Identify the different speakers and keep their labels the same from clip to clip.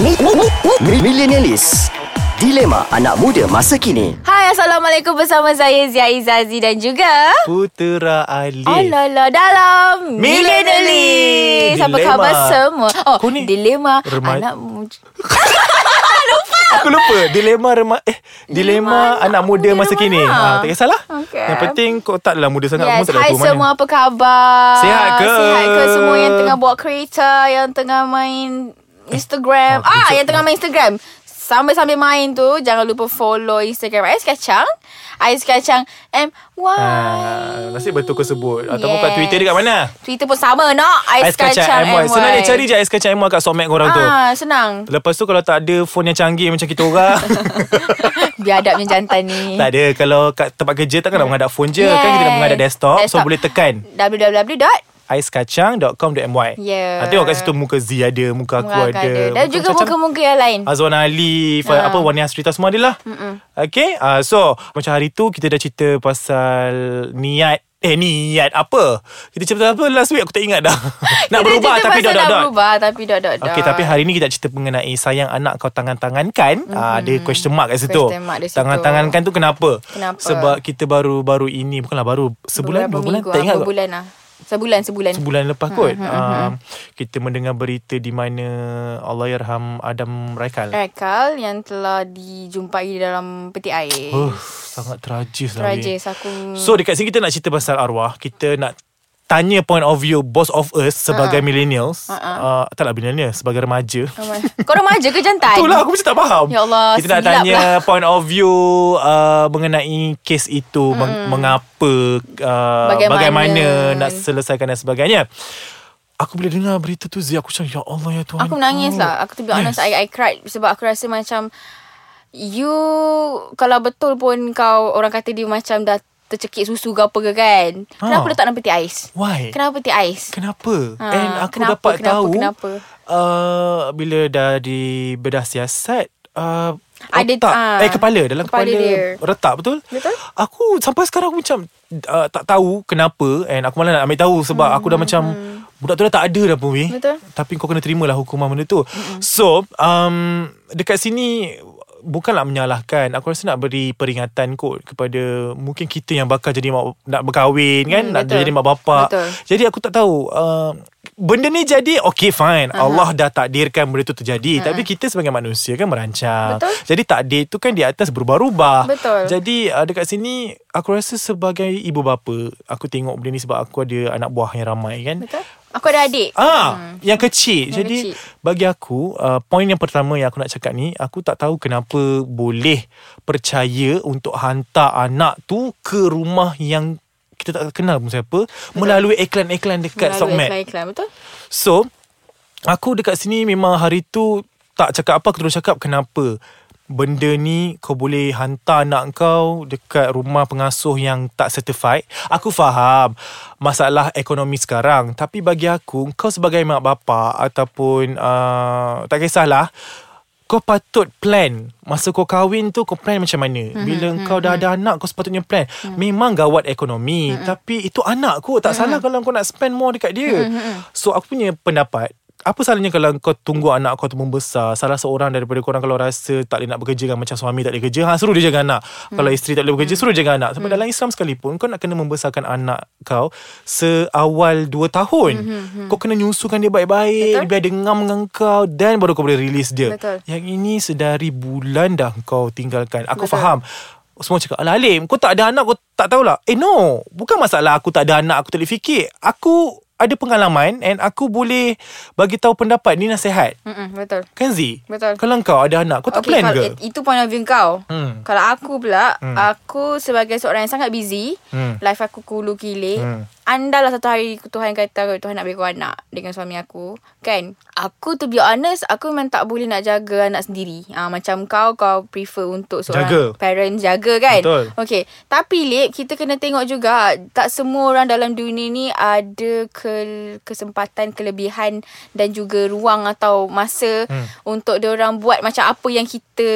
Speaker 1: Mi- mi- mi- mi- Millenialis Dilema anak muda masa kini
Speaker 2: Hai, Assalamualaikum bersama saya Zia Izazi dan juga...
Speaker 3: Putera Alif.
Speaker 2: Alalah dalam
Speaker 3: Millennialis.
Speaker 2: Millennialis Apa
Speaker 3: Dilema.
Speaker 2: khabar semua Oh
Speaker 3: Kau ni
Speaker 2: dilema
Speaker 3: remaj-
Speaker 2: Anak muda
Speaker 3: Aku lupa dilema rema eh dilema,
Speaker 2: Dilema
Speaker 3: anak muda masa
Speaker 2: remaja.
Speaker 3: kini. Ha, tak kisahlah.
Speaker 2: Okey.
Speaker 3: Yang penting kau tak adalah muda sangat,
Speaker 2: Yes,
Speaker 3: umur tak adalah
Speaker 2: hai
Speaker 3: tua mana.
Speaker 2: semua apa khabar?
Speaker 3: Sihat ke?
Speaker 2: Sihat ke semua yang tengah buat kereta Yang tengah main Instagram
Speaker 3: ah,
Speaker 2: Ah,
Speaker 3: kejap.
Speaker 2: yang tengah main Instagram Sambil-sambil main tu Jangan lupa follow Instagram Ais Kacang Ais Kacang MY
Speaker 3: Ha, nasib betul kau sebut. Ataupun kat Twitter dekat mana?
Speaker 2: Twitter pun sama nak Ais,
Speaker 3: Ais kacang, MY. Senang dia cari je ais kacang MY kat somek korang tu.
Speaker 2: Ah, senang
Speaker 3: Lepas tu kalau tak ada phone yang canggih macam kita orang.
Speaker 2: Biadabnya jantan ni
Speaker 3: tak ada. Kalau kat tempat kerja takkan nak menghadap phone je. Kan kita nak menghadap desktop. So boleh tekan
Speaker 2: www.
Speaker 3: aiskacang.com.my.
Speaker 2: Yeah.
Speaker 3: Ha, tengok kat situ muka Z ada, muka aku
Speaker 2: Aku
Speaker 3: ada.
Speaker 2: ada. Dan juga
Speaker 3: macam-macam.
Speaker 2: muka-muka yang lain.
Speaker 3: Azwan Ali
Speaker 2: Ya.
Speaker 3: ha. Apa Wani Asrita semua adalah Okay uh, So Macam hari tu Kita dah cerita pasal Niat Eh niat apa Kita cerita apa last week Aku tak ingat dah Nak
Speaker 2: Kita
Speaker 3: berubah
Speaker 2: cerita
Speaker 3: tapi
Speaker 2: pasal
Speaker 3: dot dot
Speaker 2: Nak
Speaker 3: dot
Speaker 2: berubah tapi dot dot dot.
Speaker 3: Okay tapi ha- hari ni kita nak cerita mengenai Sayang anak kau tangan-tangan kan mm-hmm. Ada question mark kat situ
Speaker 2: Question mark di situ.
Speaker 3: Tangan-tangan kan tu kenapa
Speaker 2: Kenapa?
Speaker 3: Sebab kita baru-baru ini Bukanlah baru Sebulan
Speaker 2: Beberapa
Speaker 3: Dua bulan
Speaker 2: minggu,
Speaker 3: Tak ingat
Speaker 2: apa
Speaker 3: kot.
Speaker 2: bulan Mm-hmm, lah. Sebulan, sebulan.
Speaker 3: Sebulan lepas kot um, Kita mendengar berita Di mana Allahyarham Adam Raikal
Speaker 2: Rekal yang telah dijumpai dalam peti air.
Speaker 3: Oh, sangat tragis lah ni.
Speaker 2: Tragis aku.
Speaker 3: So dekat sini kita nak cerita pasal arwah Kita nak tanya point of view Boss of us sebagai uh-uh. millennials uh-uh. uh, Tak lah millennials Sebagai remaja
Speaker 2: Kau remaja ke jantan?
Speaker 3: Itulah aku macam tak faham
Speaker 2: Oh. Ya Allah,
Speaker 3: Kita nak
Speaker 2: silap
Speaker 3: tanya
Speaker 2: lah.
Speaker 3: point of view uh, Mengenai kes itu meng- Mengapa uh,
Speaker 2: Bagaimana.
Speaker 3: bagaimana. nak selesaikan dan sebagainya Aku boleh dengar berita tu Zia Aku macam Ya Allah ya Tuhan
Speaker 2: Aku menangis lah. Aku to be honest, I, I cried sebab aku rasa macam you kalau betul pun kau orang kata dia macam dah tercekik susu ke apa ke kan.
Speaker 3: Ha.
Speaker 2: Kenapa letak dalam peti ais?
Speaker 3: Why?
Speaker 2: Kenapa peti ais?
Speaker 3: Kenapa?
Speaker 2: Ha,
Speaker 3: Ha, And aku
Speaker 2: kenapa,
Speaker 3: kenapa, dapat
Speaker 2: kenapa,
Speaker 3: tahu
Speaker 2: kenapa?
Speaker 3: Uh, bila dah di bedah siasat uh,
Speaker 2: Ada-
Speaker 3: otak,
Speaker 2: ah,
Speaker 3: eh kepala dalam
Speaker 2: kepala
Speaker 3: kepala,
Speaker 2: dia.
Speaker 3: retak betul?
Speaker 2: Betul.
Speaker 3: Aku sampai sekarang aku macam uh, tak tahu kenapa and aku malah nak ambil tahu sebab hmm, aku dah macam budak tu dah tak ada dah pun weh.
Speaker 2: Betul.
Speaker 3: Tapi kau kena terimalah hukuman benda tu. Hmm. So, um dekat sini bukanlah menyalahkan aku rasa nak beri peringatan kot kepada mungkin kita yang bakal jadi mak, nak berkahwin kan
Speaker 2: Hmm,
Speaker 3: nak
Speaker 2: betul.
Speaker 3: jadi mak bapak
Speaker 2: Betul.
Speaker 3: jadi aku tak tahu uh, Benda ni jadi Okay fine uh-huh. Allah dah takdirkan Benda tu terjadi uh-huh. Tapi kita sebagai manusia kan Merancang
Speaker 2: Betul.
Speaker 3: Jadi takdir tu kan Di atas berubah-ubah
Speaker 2: Betul.
Speaker 3: Jadi uh, dekat sini Aku rasa sebagai Ibu bapa Aku tengok benda ni Sebab aku ada Anak buah yang ramai kan
Speaker 2: Betul? Aku ada adik.
Speaker 3: Ah, hmm. yang
Speaker 2: Yang
Speaker 3: kecil. Yang Jadi
Speaker 2: kecil.
Speaker 3: kecil. bagi aku, uh, poin yang pertama yang aku nak cakap ni, aku tak tahu kenapa boleh percaya untuk hantar anak tu ke rumah yang kita tak kenal pun siapa melalui iklan-iklan
Speaker 2: Melalui
Speaker 3: dekat Sokmed.
Speaker 2: iklan-iklan, betul?
Speaker 3: So, aku dekat sini memang hari tu tak cakap apa, aku terus cakap kenapa benda ni kau boleh hantar anak kau dekat rumah pengasuh yang tak certified. Aku faham masalah ekonomi sekarang tapi bagi aku kau sebagai mak bapa ataupun uh, tak kisahlah kau patut plan Masa kau kahwin tu Kau plan macam mana Bila kau dah ada anak Kau sepatutnya plan Memang gawat ekonomi Tapi itu anak kot Tak salah kalau kau nak spend more dekat dia So aku punya pendapat apa salahnya kalau kau tunggu anak kau tu membesar Salah seorang daripada korang kalau rasa tak boleh nak bekerja kan Macam suami tak boleh kerja ha, Suruh dia jaga anak hmm. Kalau isteri tak boleh bekerja Suruh jaga anak Sebab hmm. dalam Islam sekalipun Kau nak kena membesarkan anak kau Seawal 2 tahun hmm. Kau kena nyusukan dia
Speaker 2: Betul.
Speaker 3: baik-baik Biar dia ngam dengan kau Then baru kau boleh release dia
Speaker 2: Betul.
Speaker 3: yang ini sedari bulan dah kau tinggalkan. Aku
Speaker 2: Betul.
Speaker 3: Betul. faham. Semua cakap, alah Alim, kau tak ada anak, kau tak tahulah. Eh no, bukan masalah aku tak ada anak, aku tak boleh fikir. Aku ada pengalaman and aku boleh bagi tahu pendapat. Ni nasihat.
Speaker 2: Mm-mm, betul.
Speaker 3: Kan Z?
Speaker 2: Betul.
Speaker 3: Kalau kau ada anak, kau tak okay, plan
Speaker 2: kalau,
Speaker 3: ke?
Speaker 2: it- Itu point of view kau.
Speaker 3: Hmm.
Speaker 2: Kalau aku pula, aku sebagai seorang yang sangat busy,
Speaker 3: Hmm.
Speaker 2: life aku kulu kilik.
Speaker 3: Hmm.
Speaker 2: Andalah satu hari Tuhan kata Tuhan nak beri aku anak dengan suami aku. Kan? Aku to be honest, aku memang tak boleh nak jaga anak sendiri. Ah macam kau kau prefer untuk seorang
Speaker 3: Jaga.
Speaker 2: parent jaga kan?
Speaker 3: Betul.
Speaker 2: Okey. Tapi Lip, kita kena tengok juga tak semua orang dalam dunia ni ada ke, kesempatan, kelebihan dan juga ruang atau masa hmm. untuk diorang buat macam apa yang kita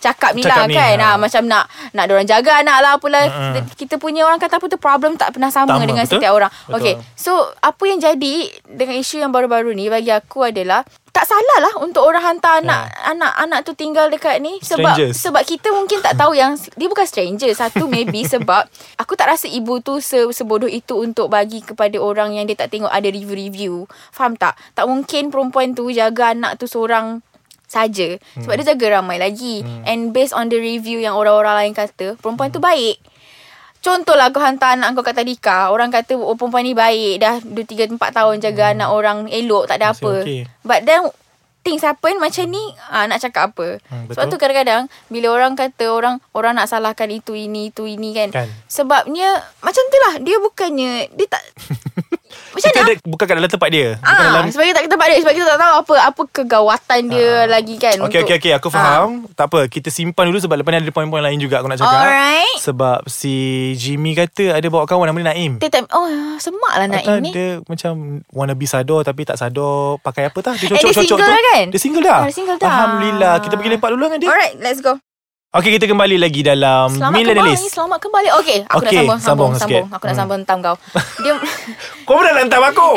Speaker 2: cakap ni
Speaker 3: Cakap
Speaker 2: lah
Speaker 3: ni,
Speaker 2: kan. Ha.
Speaker 3: ha.
Speaker 2: macam nak nak diorang jaga anak lah apalah.
Speaker 3: Mm-mm.
Speaker 2: Kita punya orang kata apa tu problem tak pernah sama
Speaker 3: Sama,
Speaker 2: dengan
Speaker 3: betul.
Speaker 2: setiap orang.
Speaker 3: Betul.
Speaker 2: Okay. So apa yang jadi dengan isu yang baru-baru ni bagi aku adalah tak salah lah untuk orang hantar anak
Speaker 3: Ha.
Speaker 2: anak-anak tu tinggal dekat ni sebab
Speaker 3: Strangers.
Speaker 2: sebab kita mungkin tak tahu yang dia bukan stranger satu maybe sebab aku tak rasa ibu tu se, sebodoh itu untuk bagi kepada orang yang dia tak tengok ada review-review faham tak tak mungkin perempuan tu jaga anak tu seorang saja sebab hmm. dia jaga ramai lagi hmm. and based on the review yang orang-orang lain kata perempuan hmm. tu baik Contohlah kau hantar anak kau kat tadika Orang kata oh, perempuan ni baik Dah 2-3-4 tahun jaga hmm. anak orang elok Tak ada
Speaker 3: Masih
Speaker 2: apa
Speaker 3: okey.
Speaker 2: okay. But then Things happen macam ni ah, Nak cakap apa
Speaker 3: Hmm,
Speaker 2: hmm,
Speaker 3: betul.
Speaker 2: Sebab tu kadang-kadang Bila orang kata orang Orang nak salahkan itu ini Itu ini kan, kan.
Speaker 3: Kan.
Speaker 2: Sebabnya Macam tu lah Dia bukannya Dia tak Macam
Speaker 3: Kita
Speaker 2: mana
Speaker 3: ada, bukan kat dalam tempat dia. Bukan
Speaker 2: Ah,
Speaker 3: dalam Ah.
Speaker 2: dalam... sebab kita tak tempat dia sebab kita tak tahu apa apa kegawatan dia lagi kan
Speaker 3: Okay, okay, okay. Aku faham. Tak apa. Kita simpan dulu sebab lepas ni ada poin-poin lain juga aku nak cakap.
Speaker 2: Alright.
Speaker 3: Sebab si Jimmy kata ada bawa kawan nama dia Naim.
Speaker 2: Dia tak, oh semak lah nak
Speaker 3: Atau
Speaker 2: ini.
Speaker 3: dia macam wannabe sador tapi tak sador pakai apa tah? Dia
Speaker 2: Eh, dia
Speaker 3: cocok-cocok
Speaker 2: single dah kan?
Speaker 3: Dia single dah.
Speaker 2: Ah, dia single dah.
Speaker 3: Alhamdulillah. Kita pergi lepak dulu dengan dia.
Speaker 2: Alright, let's go.
Speaker 3: Okay, kita kembali lagi dalam
Speaker 2: Selamat kembali,
Speaker 3: Millennialist.
Speaker 2: selamat kembali. Okey, aku
Speaker 3: Okey,
Speaker 2: nak sambung,
Speaker 3: sambung
Speaker 2: sambung,
Speaker 3: sikit.
Speaker 2: sambung. Aku nak
Speaker 3: Hmm.
Speaker 2: sambung hentam kau. Dia
Speaker 3: Kau pun nak lantam aku.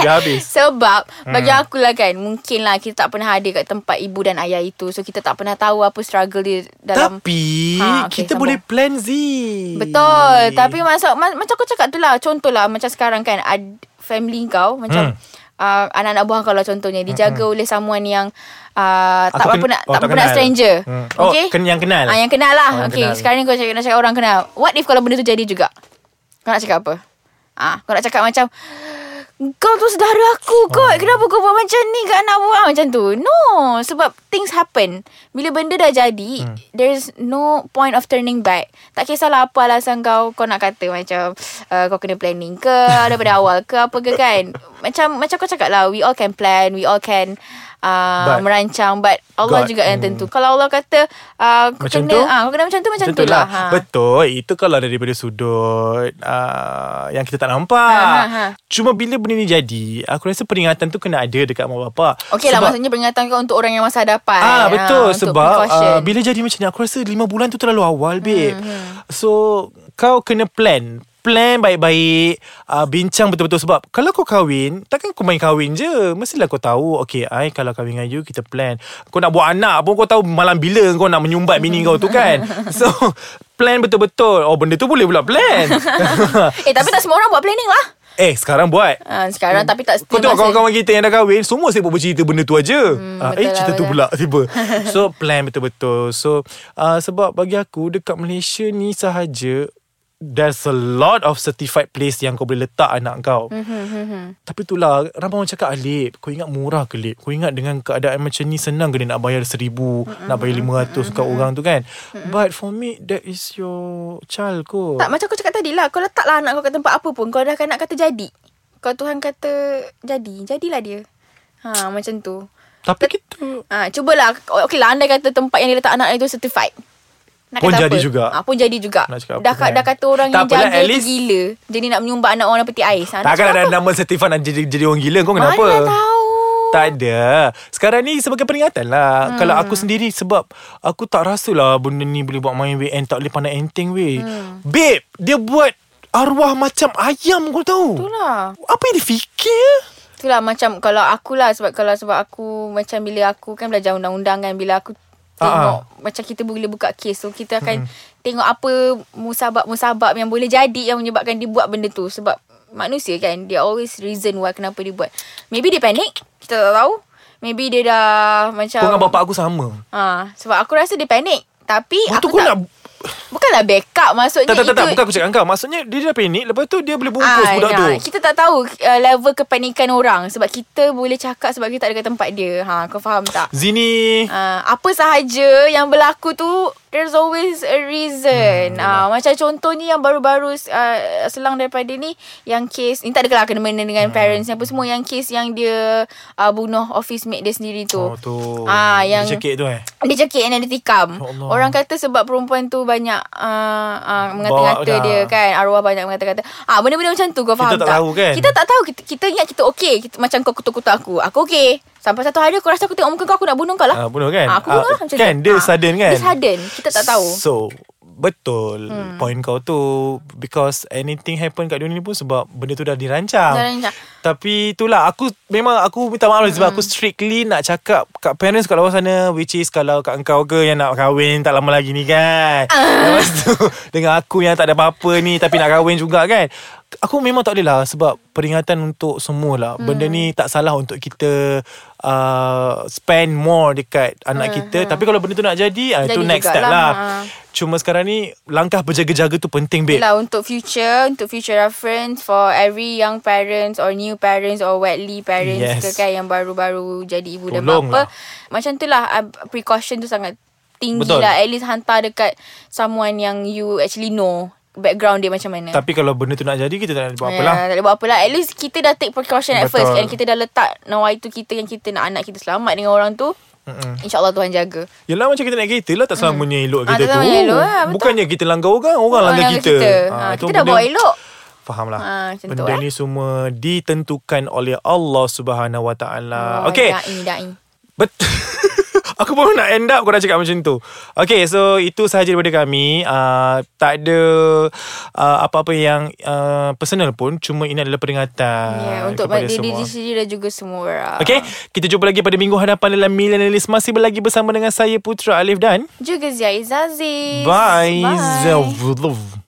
Speaker 3: tak habis.
Speaker 2: sebab bagi
Speaker 3: Hmm.
Speaker 2: aku lah kan, mungkinlah kita tak pernah ada kat tempat ibu dan ayah itu. So kita tak pernah tahu apa struggle dia dalam
Speaker 3: Tapi
Speaker 2: Ha, okey, sambung.
Speaker 3: kita boleh plan Z.
Speaker 2: Betul.
Speaker 3: Hmm.
Speaker 2: Tapi masa ma- macam aku cakap tu lah. Contohlah macam sekarang kan ad, family kau macam
Speaker 3: Hmm.
Speaker 2: hmm. uh, anak-anak buah kau lah contohnya dijaga oleh someone yang uh, tak
Speaker 3: Aku
Speaker 2: berapa
Speaker 3: ken-
Speaker 2: nak
Speaker 3: oh,
Speaker 2: tak
Speaker 3: tak
Speaker 2: berapa nak
Speaker 3: kenal.
Speaker 2: stranger.
Speaker 3: Hmm. Oh, ken- yang kenal.
Speaker 2: Ah yang kenal
Speaker 3: Oh, yang
Speaker 2: lah. Okey,
Speaker 3: kenal.
Speaker 2: sekarang ni kau cakap nak cakap orang kenal. What if kalau benda tu jadi juga? Kau nak cakap apa? Ah, kau nak cakap macam kau tu saudara aku kot Kenapa kau buat macam ni Kat anak buah Macam tu No Sebab things happen Bila benda dah jadi hmm. There's no point of turning back Tak kisahlah apa alasan kau Kau nak kata macam uh, Kau kena planning ke Daripada awal ke Apa ke kan Macam macam kau cakap lah We all can plan We all can uh,
Speaker 3: But-
Speaker 2: Merancang But Allah
Speaker 3: God,
Speaker 2: juga yang tentu Kalau Allah kata uh, kau
Speaker 3: Macam
Speaker 2: kena,
Speaker 3: tu?
Speaker 2: ah, Kau kena macam tu Macam,
Speaker 3: Tentu
Speaker 2: tu lah,
Speaker 3: lah ha. Betul Itu kalau daripada sudut uh, Yang kita tak nampak
Speaker 2: Ha, ha, ha.
Speaker 3: Cuma bila benda ni jadi Aku rasa peringatan tu kena ada Dekat mak bapak
Speaker 2: Okey lah
Speaker 3: Sebab-
Speaker 2: maksudnya peringatan kau untuk orang yang masa hadapan.
Speaker 3: Ah betul
Speaker 2: untuk
Speaker 3: sebab
Speaker 2: precaution.
Speaker 3: uh, bila jadi macam ni aku rasa 5 bulan tu terlalu awal babe. Hmm. So kau kena plan. Plan baik-baik uh, Bincang betul-betul Sebab Kalau kau kahwin Takkan kau main kahwin je Mestilah kau tahu Okay I kalau kahwin dengan you Kita plan Kau nak buat anak pun Kau tahu malam bila Kau nak menyumbat bini kau tu kan So Plan betul-betul Oh benda tu boleh pula plan
Speaker 2: eh tapi tak semua orang buat planning lah.
Speaker 3: Eh sekarang buat
Speaker 2: Ah, sekarang tapi tak
Speaker 3: Hmm. Kau
Speaker 2: setiap
Speaker 3: tengok
Speaker 2: masa-
Speaker 3: kawan-kawan kita yang dah kahwin Semua sibuk bercerita benda tu aja hmm,
Speaker 2: betul
Speaker 3: Eh
Speaker 2: lah,
Speaker 3: cerita
Speaker 2: betul.
Speaker 3: tu pula tiba So plan betul-betul So uh, sebab bagi aku Dekat Malaysia ni sahaja There's a lot of certified place Yang kau boleh letak anak kau
Speaker 2: Hmm,
Speaker 3: Tapi itulah Ramai orang cakap Alip kau ingat murah ke Lip Kau ingat dengan keadaan macam ni Senang ke dia nak bayar seribu
Speaker 2: Hmm,
Speaker 3: Nak bayar lima ratus kat orang tu kan But for me That is your child kot
Speaker 2: Tak macam aku cakap tadi lah Kau letaklah anak kau kat tempat apa pun Kau dah nak kata jadi Kau Tuhan kata jadi Jadilah dia Ha macam tu
Speaker 3: Tapi kita
Speaker 2: Ha cubalah Okey lah andai kata tempat yang dia letak anak itu certified nak
Speaker 3: Pun
Speaker 2: kata
Speaker 3: jadi
Speaker 2: apa?
Speaker 3: juga.
Speaker 2: Ha, pun jadi juga.
Speaker 3: Nak cakap apa
Speaker 2: dah,
Speaker 3: kan?
Speaker 2: dah kata orang yang
Speaker 3: Tak apalah,
Speaker 2: jaga
Speaker 3: at
Speaker 2: tu
Speaker 3: least-
Speaker 2: gila. Jadi nak menyumbak anak orang peti ais. Ha, nak
Speaker 3: Takkan
Speaker 2: cakap
Speaker 3: ada
Speaker 2: apa?
Speaker 3: nama Setifan nak jadi, jadi orang gila Kau kenapa?
Speaker 2: Mana tahu.
Speaker 3: Tak ada Sekarang ni sebagai peringatan lah hmm. Kalau aku sendiri Sebab Aku tak rasa lah Benda ni boleh buat main weekend Tak boleh pandang enteng weh hmm. Babe Dia buat Arwah macam ayam kau tahu
Speaker 2: Itulah.
Speaker 3: Apa yang dia fikir
Speaker 2: Itulah macam kalau aku lah sebab kalau sebab aku macam bila aku kan belajar undang-undang kan bila aku tengok
Speaker 3: Ah,
Speaker 2: macam kita boleh buka kes so kita akan tengok apa musabab-musabab yang boleh jadi yang menyebabkan dia buat benda tu sebab manusia kan dia always reason why kenapa dia buat. Maybe dia panik, kita tak tahu. Maybe dia dah macam
Speaker 3: Kau dengan bapak aku sama
Speaker 2: Ha, sebab aku rasa dia panik tapi
Speaker 3: Lepas
Speaker 2: Eh,
Speaker 3: tu
Speaker 2: aku
Speaker 3: kau
Speaker 2: tak
Speaker 3: nak
Speaker 2: bukanlah backup maksudnya
Speaker 3: Tak tak
Speaker 2: itu Ah, ya.
Speaker 3: tak, tak Bukan aku cakap dengan kau Maksudnya dia dah panik Lepas tu dia boleh bungkus budak
Speaker 2: nah,
Speaker 3: tu
Speaker 2: Kita tak tahu uh, level kepanikan orang sebab kita boleh cakap sebab kita tak ada kat tempat dia. Ha, kau faham tak?
Speaker 3: Zini
Speaker 2: Uh, apa sahaja yang berlaku tu There's always a reason hmm, uh, Macam contohnya yang baru-baru uh, Selang daripada ni Yang kes Ni tak adalah kena-mena dengan hmm. parents ni Apa semua yang kes yang dia uh, Bunuh office mate dia sendiri tu
Speaker 3: Oh tu
Speaker 2: Ah, yang-
Speaker 3: Dia Cekik tu eh
Speaker 2: dia cekik and then dia tikam
Speaker 3: Ya Allah.
Speaker 2: Orang kata sebab perempuan tu banyak uh, uh,
Speaker 3: Bawa
Speaker 2: Mengata-ngata
Speaker 3: dah.
Speaker 2: dia kan Arwah banyak mengata-ngata ah Benda-benda macam tu kau
Speaker 3: Kita
Speaker 2: faham
Speaker 3: tak
Speaker 2: tak?
Speaker 3: tahu kan?
Speaker 2: Kita tak tahu Kita, kita ingat kita okey kita, Macam kau kutuk-kutuk aku Aku okey Sampai satu hari aku rasa aku tengok muka kau Aku nak bunuh kau lah
Speaker 3: Ah, bunuh kan?
Speaker 2: ah, Aku bunuh
Speaker 3: Ah,
Speaker 2: lah macam
Speaker 3: kan?
Speaker 2: tu
Speaker 3: Dia
Speaker 2: Ah,
Speaker 3: sudden kan?
Speaker 2: Dia sudden Kita tak tahu
Speaker 3: So Betul hmm. Point kau tu Because anything happen kat dunia ni pun Sebab benda tu dah dirancang
Speaker 2: Dah dirancang. Hmm.
Speaker 3: Tapi itulah Aku memang Aku minta maaf lah Sebab aku strictly nak cakap Kat parents kat luar sana Which is kalau kat engkau ke Yang nak kahwin Tak lama lagi ni kan
Speaker 2: Ah.
Speaker 3: Lepas tu Dengan aku yang tak ada apa-apa ni Tapi nak kahwin juga kan Aku memang tak boleh lah Sebab peringatan untuk semua lah hmm. Benda ni tak salah untuk kita uh, Spend more dekat anak kita Tapi kalau benda tu nak jadi ah, Itu
Speaker 2: Hmm, Jadi
Speaker 3: next step
Speaker 2: jugalah,
Speaker 3: lah
Speaker 2: ha.
Speaker 3: Cuma sekarang ni Langkah berjaga-jaga tu penting babe
Speaker 2: Yelah lah untuk future Untuk future reference For every young parents Or new parents Or widely parents
Speaker 3: Yes.
Speaker 2: yes. ke kan Yang baru-baru jadi ibu dan
Speaker 3: Tolong
Speaker 2: bapa
Speaker 3: lah.
Speaker 2: Macam tu lah ah, Precaution tu sangat tinggi Betul.
Speaker 3: Betul.
Speaker 2: lah At least hantar dekat Someone yang you actually know Background dia macam mana
Speaker 3: Tapi kalau benda tu nak jadi Kita tak nak buat apa
Speaker 2: Ya,
Speaker 3: lah
Speaker 2: Tak boleh buat apalah At least kita dah take precaution at
Speaker 3: Betul.
Speaker 2: first And kita dah letak Nawaitu kita Yang kita nak anak kita selamat Dengan orang tu
Speaker 3: Mm-mm.
Speaker 2: InsyaAllah Tuhan jaga
Speaker 3: Yelah macam kita naik kereta lah Tak selamanya hmm. elok
Speaker 2: Ah, tak
Speaker 3: kita tu
Speaker 2: selamanya elok lah, betul.
Speaker 3: Bukannya kita langgar orang Orang langgar kita,
Speaker 2: ha,
Speaker 3: Ah,
Speaker 2: Kita
Speaker 3: tu
Speaker 2: dah
Speaker 3: benda-
Speaker 2: buat elok
Speaker 3: Faham lah
Speaker 2: Ah, macam tu,
Speaker 3: Benda
Speaker 2: eh.
Speaker 3: ni semua Ditentukan oleh Allah Subhanahu Wa Taala.
Speaker 2: Oh,
Speaker 3: Okay
Speaker 2: Da'i da'i
Speaker 3: Betul. Aku baru nak end up kau dah cakap macam tu. Okay, so itu sahaja daripada kami. Uh, tak ada uh, apa-apa yang uh, personal pun. Cuma ini adalah peringatan
Speaker 2: Ya, untuk
Speaker 3: Ah, kepada
Speaker 2: diri
Speaker 3: semua.
Speaker 2: diri sendiri dan juga semua orang.
Speaker 3: Okay, kita jumpa lagi pada minggu hadapan dalam Millennialist. Masih lagi bersama dengan saya Putra Alif dan...
Speaker 2: Juga Zia Izaziz.
Speaker 3: Bye.
Speaker 2: Bye.
Speaker 3: Bye.